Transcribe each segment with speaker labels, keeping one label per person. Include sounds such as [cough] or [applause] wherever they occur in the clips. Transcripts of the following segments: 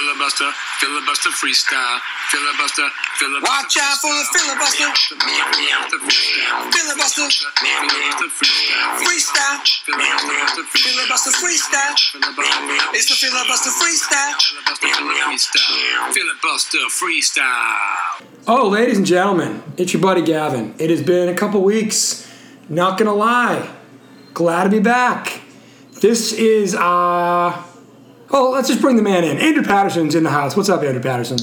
Speaker 1: filibuster, filibuster freestyle, filibuster, filibuster.
Speaker 2: Watch out for the filibuster.
Speaker 1: Filibuster freestyle.
Speaker 2: Filibuster.
Speaker 1: Filibuster freestyle.
Speaker 2: Freestyle.
Speaker 1: Filibuster freestyle.
Speaker 2: Filibuster freestyle.
Speaker 1: Filibuster
Speaker 2: It's the filibuster freestyle.
Speaker 1: freestyle. Filibuster freestyle.
Speaker 3: Oh, ladies and gentlemen, it's your buddy Gavin. It has been a couple weeks. Not gonna lie, glad to be back. This is uh. Oh, let's just bring the man in. Andrew Patterson's in the house. What's up, Andrew Patterson?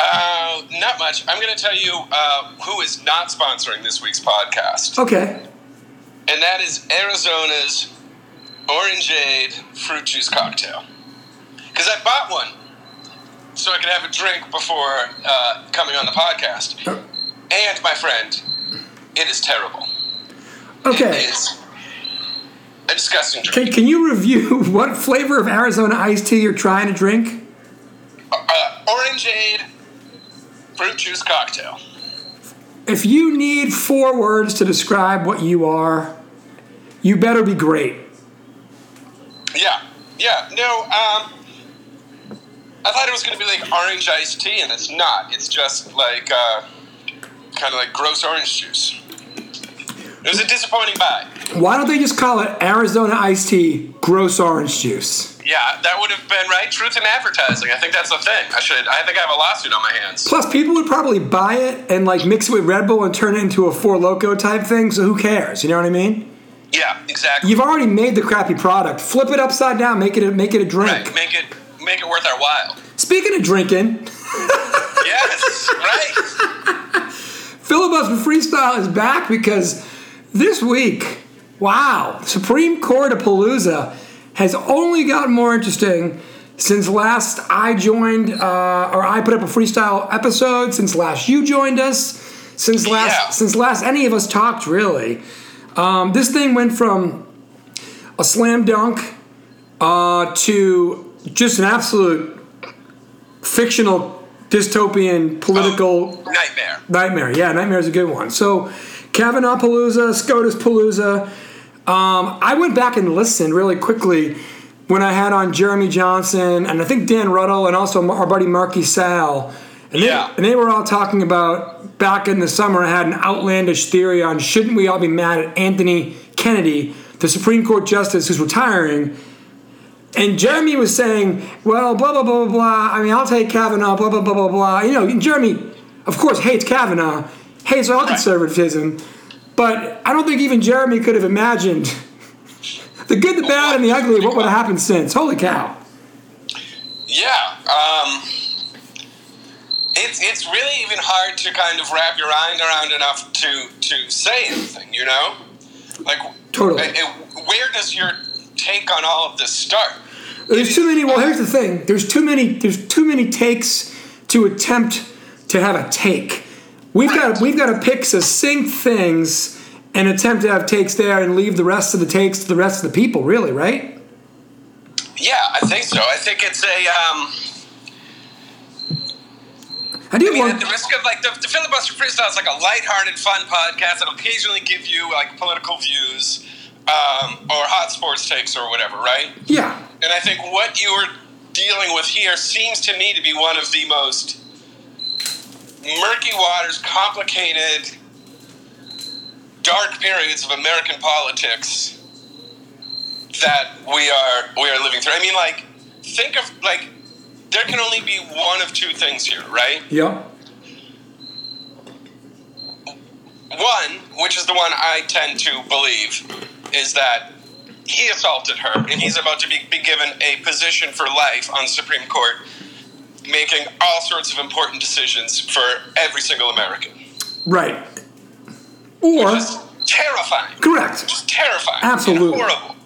Speaker 4: Uh, not much. I'm going to tell you uh, who is not sponsoring this week's podcast,
Speaker 3: Okay.
Speaker 4: and that is Arizona's Orangeade fruit juice cocktail. Because I bought one so I could have a drink before uh, coming on the podcast.
Speaker 3: Uh,
Speaker 4: And my friend, it is terrible. It
Speaker 3: Okay.
Speaker 4: is a disgusting drink.
Speaker 3: Can, can you review [laughs] what flavor of Arizona iced tea you're trying to drink?
Speaker 4: Uh, Orangeade fruit juice cocktail.
Speaker 3: If you need four words to describe what you are, you better be great.
Speaker 4: Yeah, yeah. No, um, I thought it was going to be like orange iced tea, and it's not. It's just like uh, kind of like gross orange juice. It was a disappointing buy.
Speaker 3: Why don't they just call it Arizona iced tea gross orange juice?
Speaker 4: Yeah, that would have been right. Truth in advertising. I think that's the thing. I should. I think I have a lawsuit on my hands.
Speaker 3: Plus, people would probably buy it and like mix it with Red Bull and turn it into a Four Loco type thing. So who cares? You know what I mean?
Speaker 4: Yeah, exactly.
Speaker 3: You've already made the crappy product. Flip it upside down. Make it a, make it a drink.
Speaker 4: Right. Make it make it worth our while.
Speaker 3: Speaking of drinking,
Speaker 4: Yes. right.
Speaker 3: filibuster freestyle is back because this week, wow, Supreme Court of Palooza has only gotten more interesting since last I joined uh, or I put up a freestyle episode. Since last you joined us. Since last
Speaker 4: Yeah.
Speaker 3: since last any of us talked really. Um, this thing went from a slam dunk uh, to just an absolute fictional dystopian political
Speaker 4: Nightmare.
Speaker 3: Nightmare, yeah, Nightmare is a good one. So, Kavanaugh Palooza, SCOTUS Palooza. Um, I went back and listened really quickly when I had on Jeremy Johnson and I think Dan Ruddle and also our buddy Marky Sal. And they,
Speaker 4: Yeah.
Speaker 3: and they were all talking about back in the summer, I had an outlandish theory on shouldn't we all be mad at Anthony Kennedy, the Supreme Court Justice who's retiring, and Jeremy was saying, well, blah, blah, blah, blah, blah. I mean, I'll take Kavanaugh, blah, blah, blah, blah, blah. You know, and Jeremy, of course, hates Kavanaugh, hates all conservatism, but I don't think even Jeremy could have imagined [laughs] the good, the bad, and the ugly, what would have happened since. Holy cow.
Speaker 4: Yeah. Um, it's it's really even hard to kind of wrap your mind around enough to to say anything. You know, like
Speaker 3: Totally.
Speaker 4: it- it- where does your take on all of this start?
Speaker 3: There's too many, well, here's the thing there's too many, there's too many takes to attempt to have a take. We've got, we've got to pick succinct things and attempt to have takes there and leave the rest of the takes to the rest of the people, really, right?
Speaker 4: Yeah, I think so. I think it's a. Um,
Speaker 3: I do
Speaker 4: I mean,
Speaker 3: want.
Speaker 4: at the risk of like the, the filibuster freestyle is like a lighthearted, fun podcast that'll occasionally give you like political views um, or hot sports takes or whatever, right?
Speaker 3: Yeah.
Speaker 4: And I think what you are dealing with here seems to me to be one of the most murky waters, complicated, dark periods of American politics that we are we are living through. I mean, like, think of like there can only be one of two things here, right?
Speaker 3: Yep.
Speaker 4: One, which is the one I tend to believe, is that he assaulted her and he's about to be, be given a position for life on the Supreme Court, making all sorts of important decisions for every single American.
Speaker 3: Right. Or
Speaker 4: Just terrifying.
Speaker 3: correct.
Speaker 4: Just terrifying. and
Speaker 3: Absolutely.
Speaker 4: horrible.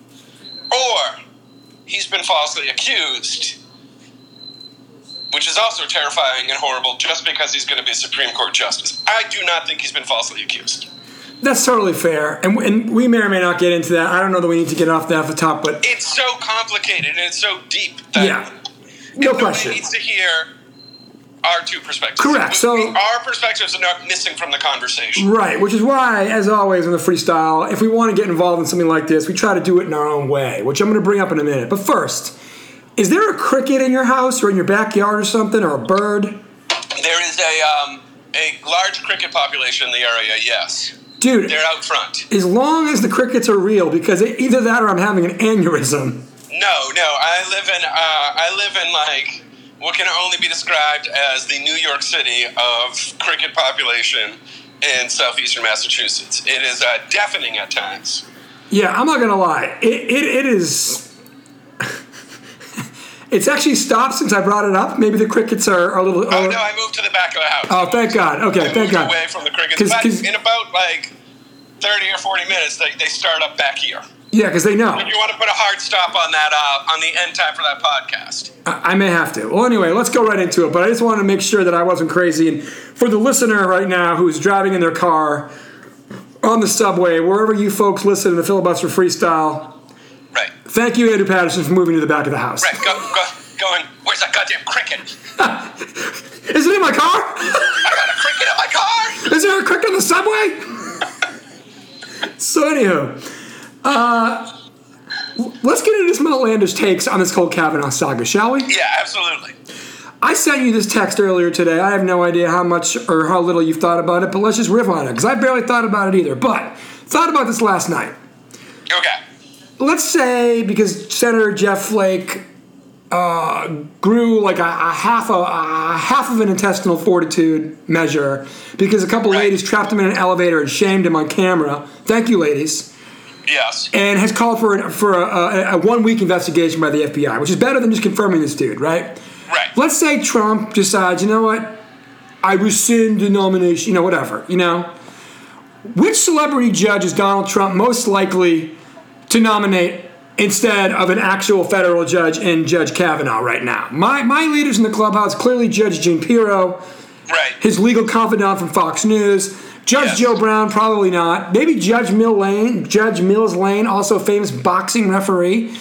Speaker 4: Or he's been falsely accused, which is also terrifying and horrible just because he's going to be a Supreme Court justice. I do not think he's been falsely accused.
Speaker 3: That's totally fair, and, and we may or may not get into that. I don't know that we need to get off that off the top, but
Speaker 4: it's so complicated and it's so deep that
Speaker 3: yeah, no
Speaker 4: nobody
Speaker 3: question.
Speaker 4: needs to hear our two perspectives.
Speaker 3: Correct,
Speaker 4: We-
Speaker 3: so-
Speaker 4: we- our perspectives are not missing from the conversation.
Speaker 3: Right, which is why, as always on the freestyle, if we want to get involved in something like this, we try to do it in our own way, which I'm going to bring up in a minute. But first, Is there a cricket in your house or in your backyard or something or a bird? Mm.
Speaker 4: There is a um, a large cricket population in the area. Yes,
Speaker 3: Dude,
Speaker 4: they're out front.
Speaker 3: as long as the crickets are real, because e, either that or I'm having an aneurysm.
Speaker 4: No, no, I live in uh, I live in like what can only be described as the New York City of cricket population in southeastern Massachusetts. It is uh, deafening at times.
Speaker 3: Yeah, I'm not gonna lie. It it, it is. [laughs] it's actually stopped since I brought it up. Maybe the crickets are, are a little.
Speaker 4: Oh
Speaker 3: are-
Speaker 4: no, I moved to the back of the house.
Speaker 3: Uh, oh, thank God.
Speaker 4: I
Speaker 3: Okay,
Speaker 4: moved
Speaker 3: thank God.
Speaker 4: Away from the crickets,
Speaker 3: 'Cause-
Speaker 4: but
Speaker 3: 'cause-
Speaker 4: in about like thirty or forty minutes, they, they start up back here.
Speaker 3: Yeah, because they know.
Speaker 4: If you want to put a hard stop on that uh, on the end time for that podcast.
Speaker 3: I I may have to. Well, anyway, let's go right into it. But I just wanted to make sure that I wasn't crazy. And for the listener right now who's driving in their car, on the subway, wherever you folks listen to the filibuster freestyle,
Speaker 4: Right,
Speaker 3: thank you, Andrew Patterson, for moving to the back of the house.
Speaker 4: right. Go, go, going. Where's that goddamn cricket?
Speaker 3: Is it in my car? [laughs]
Speaker 4: I got a cricket in my car.
Speaker 3: Is there a cricket in the subway? [laughs] so, anywho, uh, w- let's get into some outlandish takes on this Cole Kavanaugh saga, shall we?
Speaker 4: Yeah, absolutely.
Speaker 3: I sent you this text earlier today. I have no idea how much or how little you've thought about it, but let's just riff on it because I barely thought about it either. But thought about this last night.
Speaker 4: Okay.
Speaker 3: Let's say because Senator Jeff Flake uh, grew like a, a half a, a half of an intestinal fortitude measure because a couple
Speaker 4: Right.
Speaker 3: ladies trapped him in an elevator and shamed him on camera. Thank you, ladies.
Speaker 4: Yes.
Speaker 3: And has called for an, for a, a, a one week investigation by the FBI, which is better than just confirming this dude, right?
Speaker 4: Right.
Speaker 3: let's say Trump decides, you know what, I rescind the nomination, you know, whatever, you know. Which celebrity judge is Donald Trump most likely to nominate instead of an actual federal judge in Judge Kavanaugh right now? My, my leaders in the clubhouse clearly Judge Jean Pirro,
Speaker 4: Right.
Speaker 3: his legal confidant from Fox News. Judge
Speaker 4: Yes.
Speaker 3: Joe Brown, probably not. Maybe Judge Mill Lane, Judge Mills Lane, also a famous boxing referee.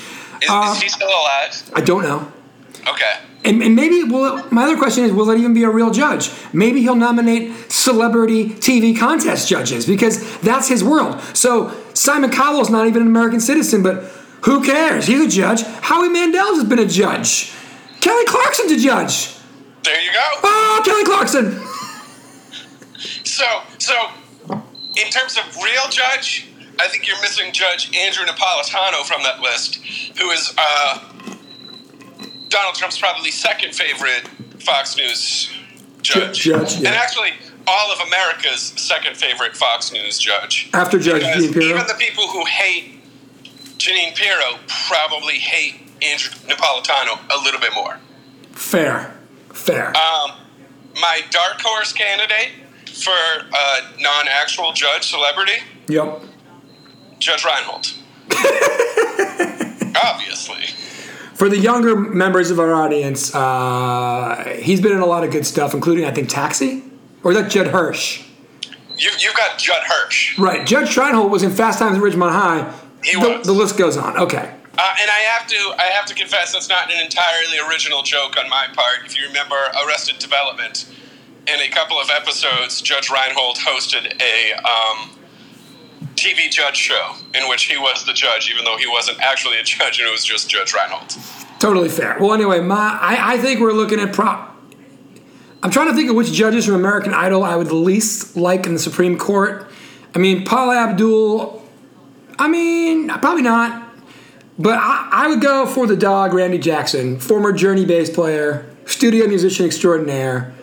Speaker 3: Uh,
Speaker 4: Is, is he still alive?
Speaker 3: I don't know.
Speaker 4: Okay.
Speaker 3: And, and maybe will my other question is will it even be a real judge? Maybe he'll nominate celebrity TV contest judges because that's his world. So Simon Cowell's not even an American citizen, but who cares? He's a judge. Howie Mandel's has been a judge. Kelly Clarkson's a judge.
Speaker 4: There you go.
Speaker 3: Oh, Kelly Clarkson.
Speaker 4: So, so in terms of real judge, I think you're missing Judge Andrew Napolitano from that list, who is uh, Donald Trump's probably second favorite Fox News judge,
Speaker 3: Ju- judge, yeah.
Speaker 4: and actually all of America's second favorite Fox News judge.
Speaker 3: After Judge
Speaker 4: Because
Speaker 3: Jean Pirro.
Speaker 4: even the people who hate Janine Pirro probably hate Andrew Napolitano a little bit more.
Speaker 3: Fair. Fair.
Speaker 4: Um, my dark horse candidate for uh, non-actual judge celebrity,
Speaker 3: yep.
Speaker 4: Judge Reinhold. Obviously.
Speaker 3: For the younger members of our audience, uh, he's been in a lot of good stuff, including I think Taxi? Or is that Jed Hirsch?
Speaker 4: You, you've got Judd Hirsch.
Speaker 3: Right. Judge Reinhold was in Fast Times at Ridgemont High.
Speaker 4: He
Speaker 3: the,
Speaker 4: was.
Speaker 3: the list goes on. Okay.
Speaker 4: Uh, and I have to I have to confess that's not an entirely original joke on my part. If you remember Arrested Development, in a couple of episodes, Judge Reinhold hosted a um, TV judge show in which he was the judge, even though he wasn't actually a judge and it was just Judge Reinhold.
Speaker 3: Totally fair. Well, anyway, my I, I think we're looking at prop. I'm trying to think of which judges from American Idol I would least like in the Supreme Court. I mean, Paul Abdul. I mean, probably not. But I, I would go for the dog, Randy Jackson, former Journey bass player, studio musician extraordinaire.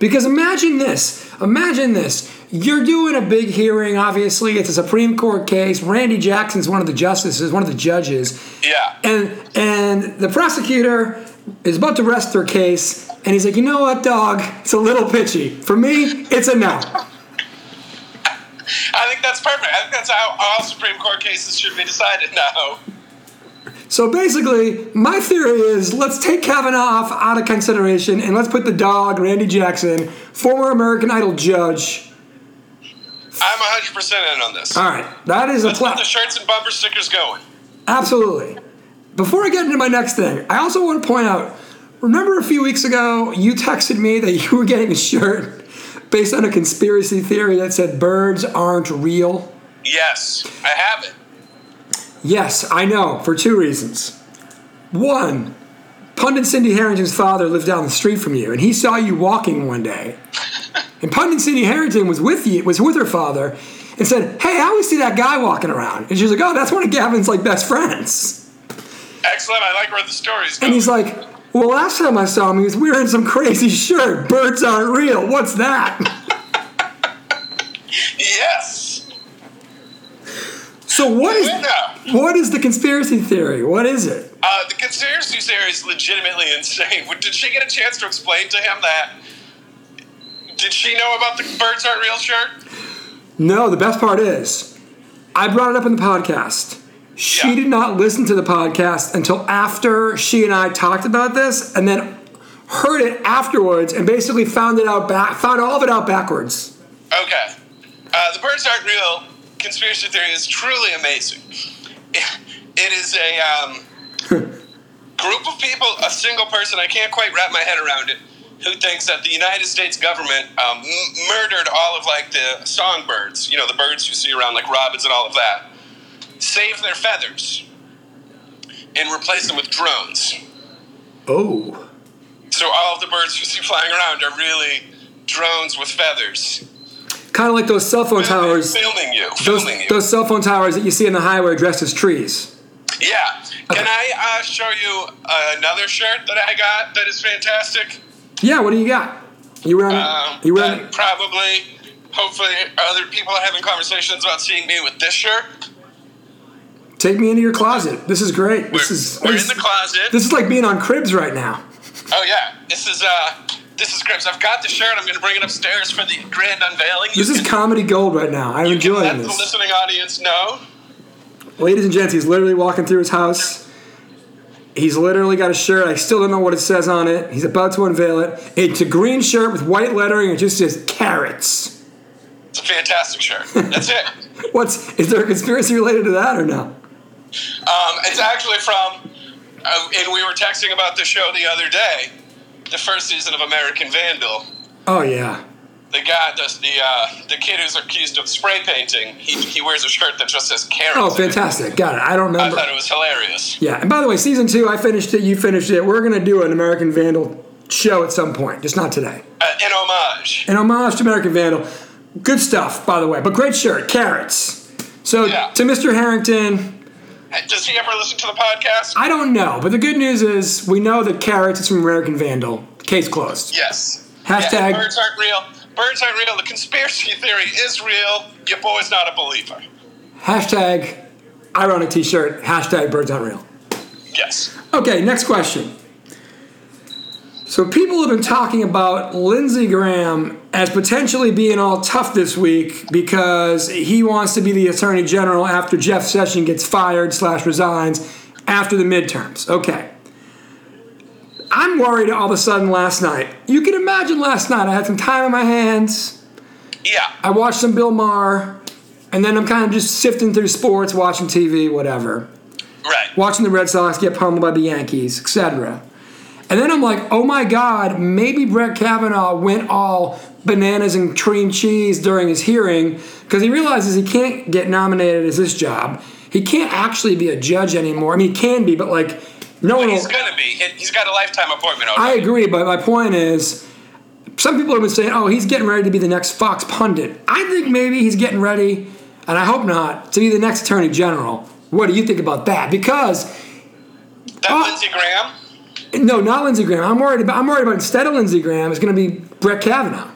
Speaker 3: Because imagine this. Imagine this. You're doing a big hearing, obviously. It's a Supreme Court case. Randy Jackson's one of the justices, one of the judges
Speaker 4: Yeah.
Speaker 3: and and the prosecutor is about to rest their case, and he's like, you know what, dog, it's a little pitchy. For me, it's a no.
Speaker 4: I think that's perfect. I think that's how all Supreme Court cases should be decided now.
Speaker 3: So basically, my theory is let's take Kavanaugh off out of consideration, and let's put the dog, Randy Jackson, former American Idol judge.
Speaker 4: I'm 100% in on this.
Speaker 3: All right, that is a
Speaker 4: Let's get
Speaker 3: plan.
Speaker 4: the shirts and bumper stickers going.
Speaker 3: Absolutely. Before I get into my next thing, I also want to point out remember a few weeks ago, you texted me that you were getting a shirt based on a conspiracy theory that said birds aren't real?
Speaker 4: Yes, I have it.
Speaker 3: Yes, I know, for two reasons. One, Pundit Cindy Harrington's father lived down the street from you, and he saw you walking one day. And Pundit Cindy Harrington was with you, was with her father, and said, "Hey, I always see that guy walking around." And she's like, "Oh, that's one of Gavin's like best friends."
Speaker 4: Excellent. I like where the story's
Speaker 3: And
Speaker 4: going.
Speaker 3: he's like, "Well, last time I saw him, he was wearing some crazy shirt. Birds aren't real. What's that?" [laughs]
Speaker 4: yes.
Speaker 3: So what is
Speaker 4: Yeah.
Speaker 3: what is the conspiracy theory? What is it?
Speaker 4: Uh, the conspiracy theory is legitimately insane. [laughs] Did she get a chance to explain to him that? Did she know about the birds aren't real shirt?
Speaker 3: No, the best part is, I brought it up in the podcast. She
Speaker 4: Yeah.
Speaker 3: did not listen to the podcast until after she and I talked about this, and then heard it afterwards, and basically found it out back, found all of it out backwards.
Speaker 4: Okay. Uh, the birds aren't real. Conspiracy theory is truly amazing. It is a um,
Speaker 3: [laughs]
Speaker 4: group of people, a single person, I can't quite wrap my head around it, who thinks that the United States government um, m- murdered all of like the songbirds, you know, the birds you see around like robins and all of that, saved their feathers, and replaced them with drones.
Speaker 3: Oh,
Speaker 4: So all of the birds you see flying around are really drones with feathers.
Speaker 3: kind of like those cell phone towers,
Speaker 4: Filming you.
Speaker 3: those,
Speaker 4: Filming you.
Speaker 3: those cell phone towers that you see in the highway dressed as trees.
Speaker 4: Yeah. Can I uh, show you another shirt that I got that is fantastic?
Speaker 3: Yeah, what do you got? You wearing?
Speaker 4: Um,
Speaker 3: you wearing?
Speaker 4: that probably, hopefully, other people are having conversations about seeing me with this shirt.
Speaker 3: Take me into your closet. This is great. This
Speaker 4: We're,
Speaker 3: is
Speaker 4: we're
Speaker 3: this,
Speaker 4: in the closet.
Speaker 3: This is like being on cribs right now.
Speaker 4: oh yeah, this is uh, this is Grips. I've got the shirt. I'm gonna bring it upstairs for the grand unveiling.
Speaker 3: This
Speaker 4: [laughs]
Speaker 3: is comedy gold right now. I'm
Speaker 4: Let
Speaker 3: enjoying
Speaker 4: the
Speaker 3: this.
Speaker 4: listening audience know.
Speaker 3: Ladies and gents, he's literally walking through his house. He's literally got a shirt. I still don't know what it says on it. He's about to unveil it. It's a green shirt with white lettering. It just says carrots.
Speaker 4: It's a fantastic shirt.
Speaker 3: [laughs]
Speaker 4: That's it.
Speaker 3: What's is there a conspiracy related to that or no?
Speaker 4: Um, it's actually from, uh, and we were texting about the show the other day, the first season of American Vandal.
Speaker 3: Oh yeah.
Speaker 4: The guy, the the, uh, the kid who's accused of spray painting, he, he wears a shirt that just says carrots.
Speaker 3: Oh,
Speaker 4: on it.
Speaker 3: fantastic. Got it. I don't
Speaker 4: I
Speaker 3: remember.
Speaker 4: thought it was hilarious.
Speaker 3: Yeah. And by the way, season two, I finished it. You finished it. We're gonna do an American Vandal show at some point, just not today.
Speaker 4: Uh, in homage.
Speaker 3: an homage to American Vandal. Good stuff, by the way, but great shirt, carrots. So
Speaker 4: Yeah.
Speaker 3: to Mr. Harrington,
Speaker 4: Does he ever listen to the podcast?
Speaker 3: I don't know, but the good news is we know that carrots is from American Vandal. Case closed.
Speaker 4: yes.
Speaker 3: Hashtag-
Speaker 4: Yeah, birds aren't real. Birds aren't real. The conspiracy theory is real. Your boy's not a believer.
Speaker 3: Hashtag ironic T-shirt. Hashtag birds aren't real.
Speaker 4: Yes.
Speaker 3: Okay, next question. So people have been talking about Lindsey Graham as potentially being all tough this week because he wants to be the attorney general after Jeff Sessions gets fired slash resigns after the midterms. Okay. I'm worried all of a sudden last night. You can imagine last night I had some time on my hands.
Speaker 4: Yeah.
Speaker 3: I watched some Bill Maher, and then I'm kind of just sifting through sports, watching TV, whatever
Speaker 4: Right.
Speaker 3: watching the Red Sox get pummeled by the Yankees, etc. And then I'm like, oh my God, maybe Brett Kavanaugh went all bananas and cream cheese during his hearing because he realizes he can't get nominated as this job. He can't actually be a judge anymore. I mean, he can be, but like, no one
Speaker 4: He's
Speaker 3: will.
Speaker 4: gonna be. He- He's got a lifetime appointment.
Speaker 3: I
Speaker 4: Already.
Speaker 3: agree, but my point is, some people have been saying, "Oh, he's getting ready to be the next Fox pundit." I think maybe he's getting ready, and I hope not, to be the next Attorney General. What do you think about that? Because
Speaker 4: that
Speaker 3: Oh.
Speaker 4: Lindsey Graham.
Speaker 3: No, not Lindsey Graham. I'm worried about. I'm worried about instead of Lindsey Graham, it's going to be Brett Kavanaugh.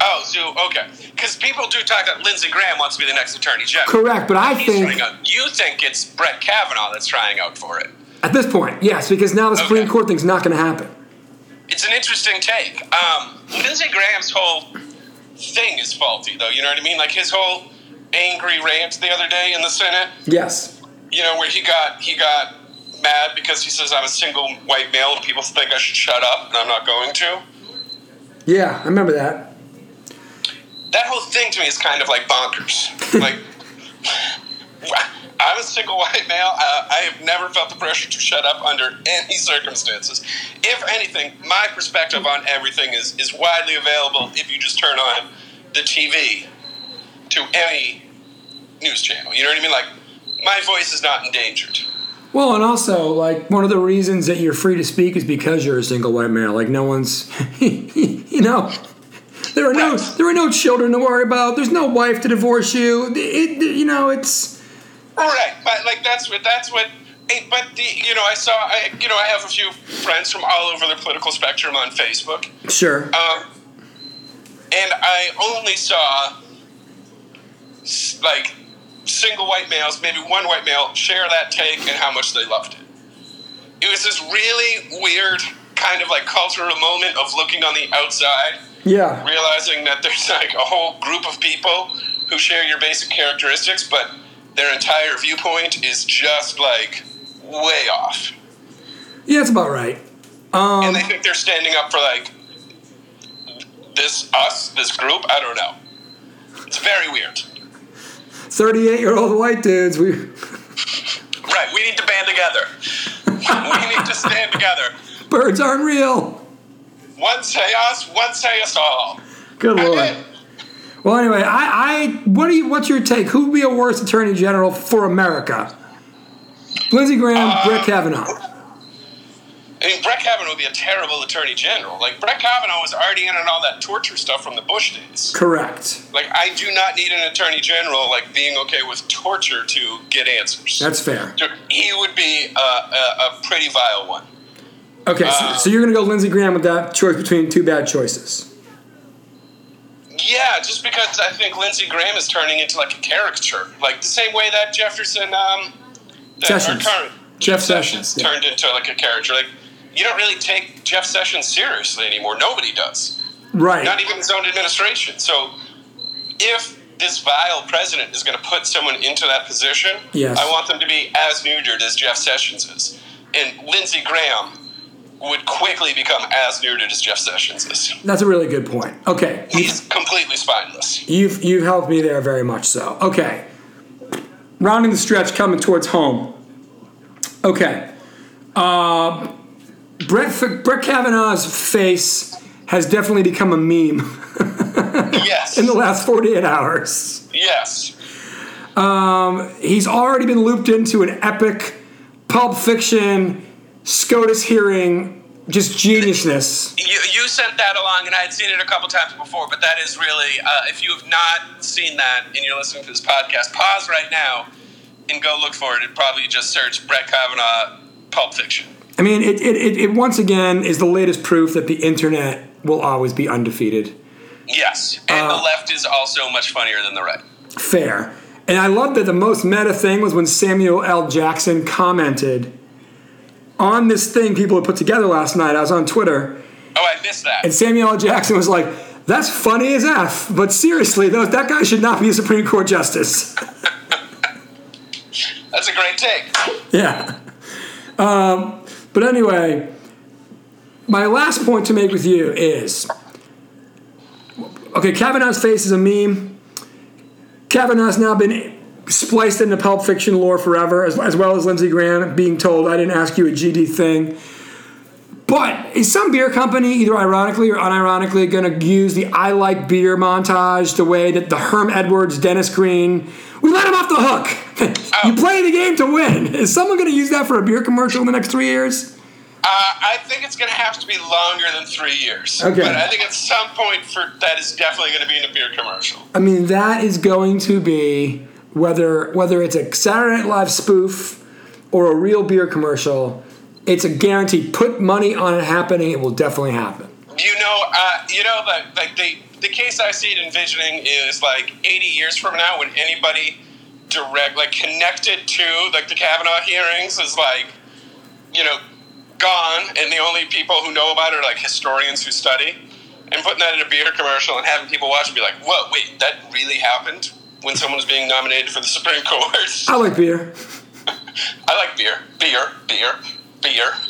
Speaker 4: Oh, so okay. Because people do talk that Lindsey Graham wants to be the next attorney general.
Speaker 3: Correct, but I
Speaker 4: He's
Speaker 3: think
Speaker 4: trying out. You think it's Brett Kavanaugh that's trying out for it.
Speaker 3: at this point, yes, because now the Supreme
Speaker 4: Okay.
Speaker 3: Court thing's not going to happen.
Speaker 4: It's an interesting take. Um, Lindsey Graham's whole thing is faulty, though. You know what I mean? Like his whole angry rant the other day in the Senate.
Speaker 3: Yes,
Speaker 4: You know where he got he got mad because he says I'm a single white male and people think I should shut up and I'm not going to.
Speaker 3: yeah, I remember that.
Speaker 4: that whole thing to me is kind of like bonkers. like, I'm a single white male. Uh, I have never felt the pressure to shut up under any circumstances. If anything, my perspective on everything is, is widely available if you just turn on the TV to any news channel. You know what I mean? Like, my voice is not endangered.
Speaker 3: Well, and also, like, one of the reasons that you're free to speak is because you're a single white male. Like, no one's, [laughs] you know, there are no there are no children to worry about. There's no wife to divorce you. It, it- you know, it's
Speaker 4: Right, but like that's what that's what. eh, But the you know I saw I you know I have a few friends from all over the political spectrum on Facebook,
Speaker 3: sure.
Speaker 4: um, and I only saw s- like single white males, maybe one white male, share that take and how much they loved it. It was this really weird kind of like cultural moment of looking on the outside
Speaker 3: yeah.
Speaker 4: realizing that there's [laughs] like a whole group of people who share your basic characteristics, but their entire viewpoint is just like way off.
Speaker 3: Yeah, it's about right.
Speaker 4: and they think they're standing up for like this us, this group. I don't know. It's very weird.
Speaker 3: Thirty-eight year old white dudes. We [laughs]
Speaker 4: Right, we need to band together. we need to stand together.
Speaker 3: birds aren't real.
Speaker 4: One say us, one say us all.
Speaker 3: Good
Speaker 4: I
Speaker 3: lord.
Speaker 4: did.
Speaker 3: Well, anyway, I, I what do you, what's your take? Who would be a worse attorney general for America? Lindsey Graham, Brett Kavanaugh.
Speaker 4: I mean, Brett Kavanaugh would be a terrible attorney general. Like, Brett Kavanaugh was already in on all that torture stuff from the Bush days.
Speaker 3: Correct.
Speaker 4: Like, I do not need an attorney general like being okay with torture to get answers.
Speaker 3: That's fair.
Speaker 4: So he would be a, a, a pretty vile one.
Speaker 3: Okay, so, so you're gonna go Lindsey Graham with that choice between two bad choices.
Speaker 4: Yeah, just because I think Lindsey Graham is turning into like a caricature, like the same way that Jefferson, um, that
Speaker 3: Sessions.
Speaker 4: our current
Speaker 3: Jeff Sessions, yeah.
Speaker 4: turned into like a character. Like, you don't really take Jeff Sessions seriously anymore. Nobody does. not
Speaker 3: Right.
Speaker 4: even his own administration. So, if this vile president is going to put someone into that position,
Speaker 3: Yes.
Speaker 4: I want them to be as neutered as Jeff Sessions is, and Lindsey Graham would quickly become as neutered as Jeff Sessions is.
Speaker 3: That's a really good point. Okay,
Speaker 4: He's completely spineless.
Speaker 3: you've you've helped me there very much. So okay, rounding the stretch, coming towards home. Okay, uh, Brett Brett Kavanaugh's face has definitely become a meme. [laughs]
Speaker 4: Yes.
Speaker 3: in the last 48 hours.
Speaker 4: yes.
Speaker 3: He's already been looped into an epic Pulp Fiction SCOTUS hearing, just geniusness.
Speaker 4: You, you sent that along, and I had seen it a couple times before, but that is really, uh, if you have not seen that and you're listening to this podcast, pause right now and go look for it. And probably just search Brett Kavanaugh Pulp Fiction.
Speaker 3: I mean, it, it, it, it once again is the latest proof that the internet will always be undefeated.
Speaker 4: Yes, and the left is also much funnier than the right.
Speaker 3: Fair. And I love that the most meta thing was when Samuel L. Jackson commented on this thing people had put together last night. I was on Twitter.
Speaker 4: Oh, I missed that.
Speaker 3: And Samuel L. Jackson was like, that's funny as F, but seriously, though, that guy should not be a Supreme Court justice.
Speaker 4: That's a great take. Uh,
Speaker 3: [laughs] Yeah. Um, but anyway, my last point to make with you is okay, Kavanaugh's face is a meme. Kavanaugh's now been spliced into Pulp Fiction lore forever, as, as well as Lindsey Graham being told, I didn't ask you a GD thing. But is some beer company, either ironically or unironically, going to use the I like beer montage the way that the Herm Edwards, Dennis Green, we let him off the hook? [laughs] you play the game to win. Is someone going to use that for a beer commercial in the next three years?
Speaker 4: Uh, I think it's going to have to be longer than three years.
Speaker 3: Okay.
Speaker 4: But I think at some point for that is definitely going to be in a beer commercial.
Speaker 3: I mean, that is going to be whether whether it's a Saturday Night Live spoof or a real beer commercial. It's a guarantee. Put money on it happening. It will definitely happen.
Speaker 4: You know, uh, you know, the, like the the case I see it envisioning is like 80 years from now when anybody direct like connected to like the Kavanaugh hearings is like, you know, gone, and the only people who know about it are like historians who study, and putting that in a beer commercial and having people watch and be like, "Whoa, wait, that really happened." When someone was being nominated for the Supreme [laughs] Court,
Speaker 3: I like beer.
Speaker 4: I like beer, beer, beer, beer. [laughs]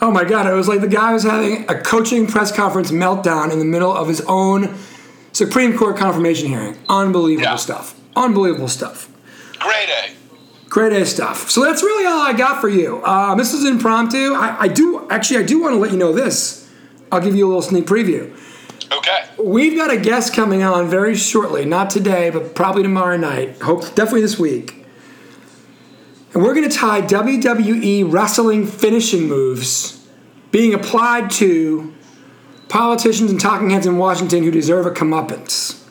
Speaker 3: Oh my god! It was like the guy was having a coaching press conference meltdown in the middle of his own Supreme Court confirmation hearing. Unbelievable
Speaker 4: Yeah.
Speaker 3: stuff. Unbelievable stuff.
Speaker 4: Grade A.
Speaker 3: Great A stuff. So that's really all I got for you. Um, this is impromptu. I, I do actually I do want to let you know this. I'll give you a little sneak preview.
Speaker 4: Okay.
Speaker 3: We've got a guest coming on very shortly, not today, but probably tomorrow night. Hope definitely this week. And we're going to tie WWE wrestling finishing moves being applied to politicians and talking heads in Washington who deserve a comeuppance.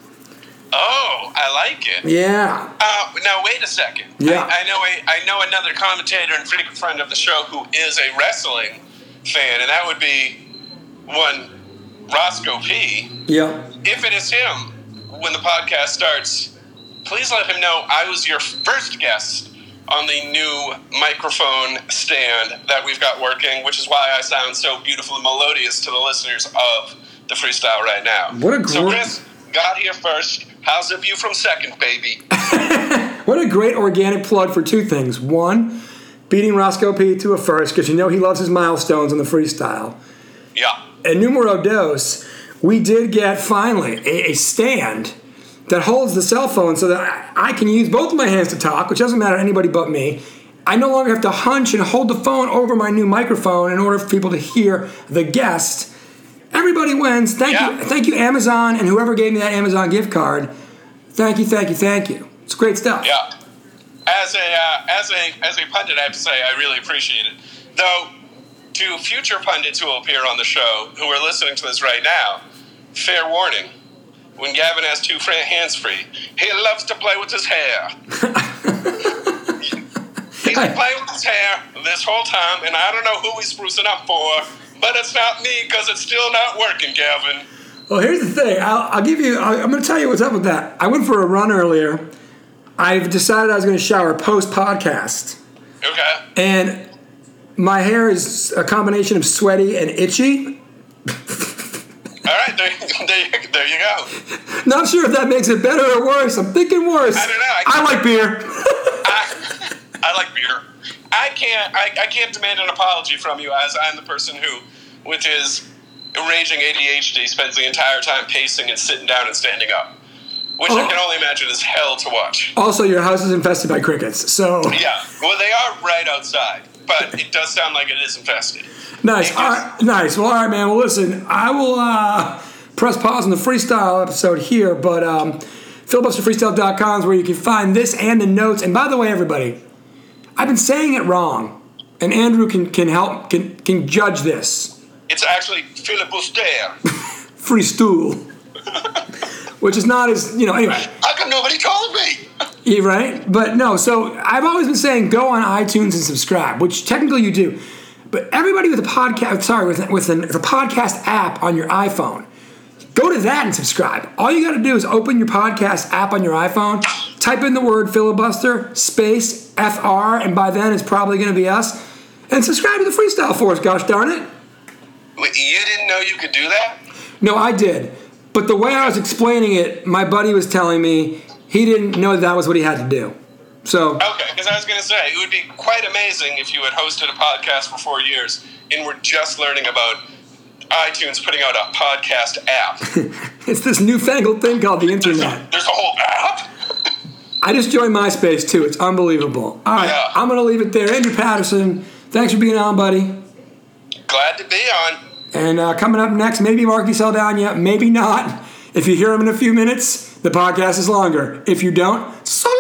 Speaker 4: Oh, I like it.
Speaker 3: Yeah.
Speaker 4: Uh, now wait a second.
Speaker 3: Yeah.
Speaker 4: I, I know. A, I know another commentator and frequent friend of the show who is a wrestling fan, and that would be one Roscoe P.
Speaker 3: Yep.
Speaker 4: If it is him, when the podcast starts, please let him know I was your first guest on the new microphone stand that we've got working, which is why I sound so beautiful and melodious to the listeners of the freestyle right now.
Speaker 3: What a
Speaker 4: so
Speaker 3: gr-
Speaker 4: Chris got here first. How's the view from
Speaker 3: [laughs]
Speaker 4: second, baby?
Speaker 3: What a great organic plug for two things. One, beating Roscoe P to a first, because you know he loves his milestones on the freestyle.
Speaker 4: Yeah.
Speaker 3: And numero dos, we did get finally a, a stand that holds the cell phone so that I I can use both of my hands to talk, which doesn't matter to anybody but me. I no longer have to hunch and hold the phone over my new microphone in order for people to hear the guest. Everybody wins. Thank
Speaker 4: Yeah.
Speaker 3: you, thank you, Amazon, and whoever gave me that Amazon gift card. Thank you, thank you, thank you. It's great stuff.
Speaker 4: Yeah. As a uh, as a as a pundit, I have to say I really appreciate it. Though, to future pundits who will appear on the show who are listening to this right now, fair warning: when Gavin has two fr- hands free, he loves to play with his hair. he's been playing with his hair this whole time, and I don't know who he's sprucing up for, but it's not me because it's still not working, Gavin.
Speaker 3: Well, here's the thing. I'll, I'll give you. I- I'm going to tell you what's up with that. I went for a run earlier. I've decided I was going to shower post podcast,
Speaker 4: Okay.
Speaker 3: and my hair is a combination of sweaty and itchy. [laughs]
Speaker 4: All right. There, [laughs] there, you- there you go.
Speaker 3: Not sure if that makes it better or worse. I'm thinking worse.
Speaker 4: I don't know. I-
Speaker 3: like beer. [laughs]
Speaker 4: I, I like beer. I can't. I, I can't demand an apology from you, as I'm the person who, with his raging ADHD, spends the entire time pacing and sitting down and standing up, which I can only imagine is hell to watch.
Speaker 3: also, your house is infested by crickets. So
Speaker 4: Yeah. Well, they are right outside, but it does sound like it is infested.
Speaker 3: nice. All right, nice. Well, all right, man. Well, listen. I will uh, press pause on the freestyle episode here, but um, filibusterfreestyle.com is where you can find this and the notes. And by the way, everybody, I've been saying it wrong, and Andrew can can help can can judge this.
Speaker 4: It's actually filibuster.
Speaker 3: Free stool, which is not as you know. Anyway,
Speaker 4: How come nobody told me?
Speaker 3: Yeah, right? But no, so I've always been saying go on iTunes and subscribe, which technically you do. But everybody with a podcast, sorry, with, with, an, with a podcast app on your iPhone, go to that and subscribe. All you got to do is open your podcast app on your iPhone, type in the word filibuster, space, FR, and by then it's probably going to be us, and subscribe to the Freestyle Force, gosh darn it.
Speaker 4: Wait, You didn't know you could do that?
Speaker 3: No, I did. But the way I was explaining it, my buddy was telling me he didn't know that was what he had to do. So.
Speaker 4: Okay, because I was going to say it would be quite amazing if you had hosted a podcast for four years and we're just learning about iTunes putting out a podcast app.
Speaker 3: It's this newfangled thing called the internet.
Speaker 4: There's a whole app.
Speaker 3: I just joined MySpace too. It's unbelievable. All right,
Speaker 4: Yeah.
Speaker 3: I'm gonna leave it there. Andrew Patterson, thanks for being on, buddy.
Speaker 4: Glad to be on.
Speaker 3: And uh, coming up next, maybe Marky Saldana, maybe not. If you hear him in a few minutes, the podcast is longer. If you don't, so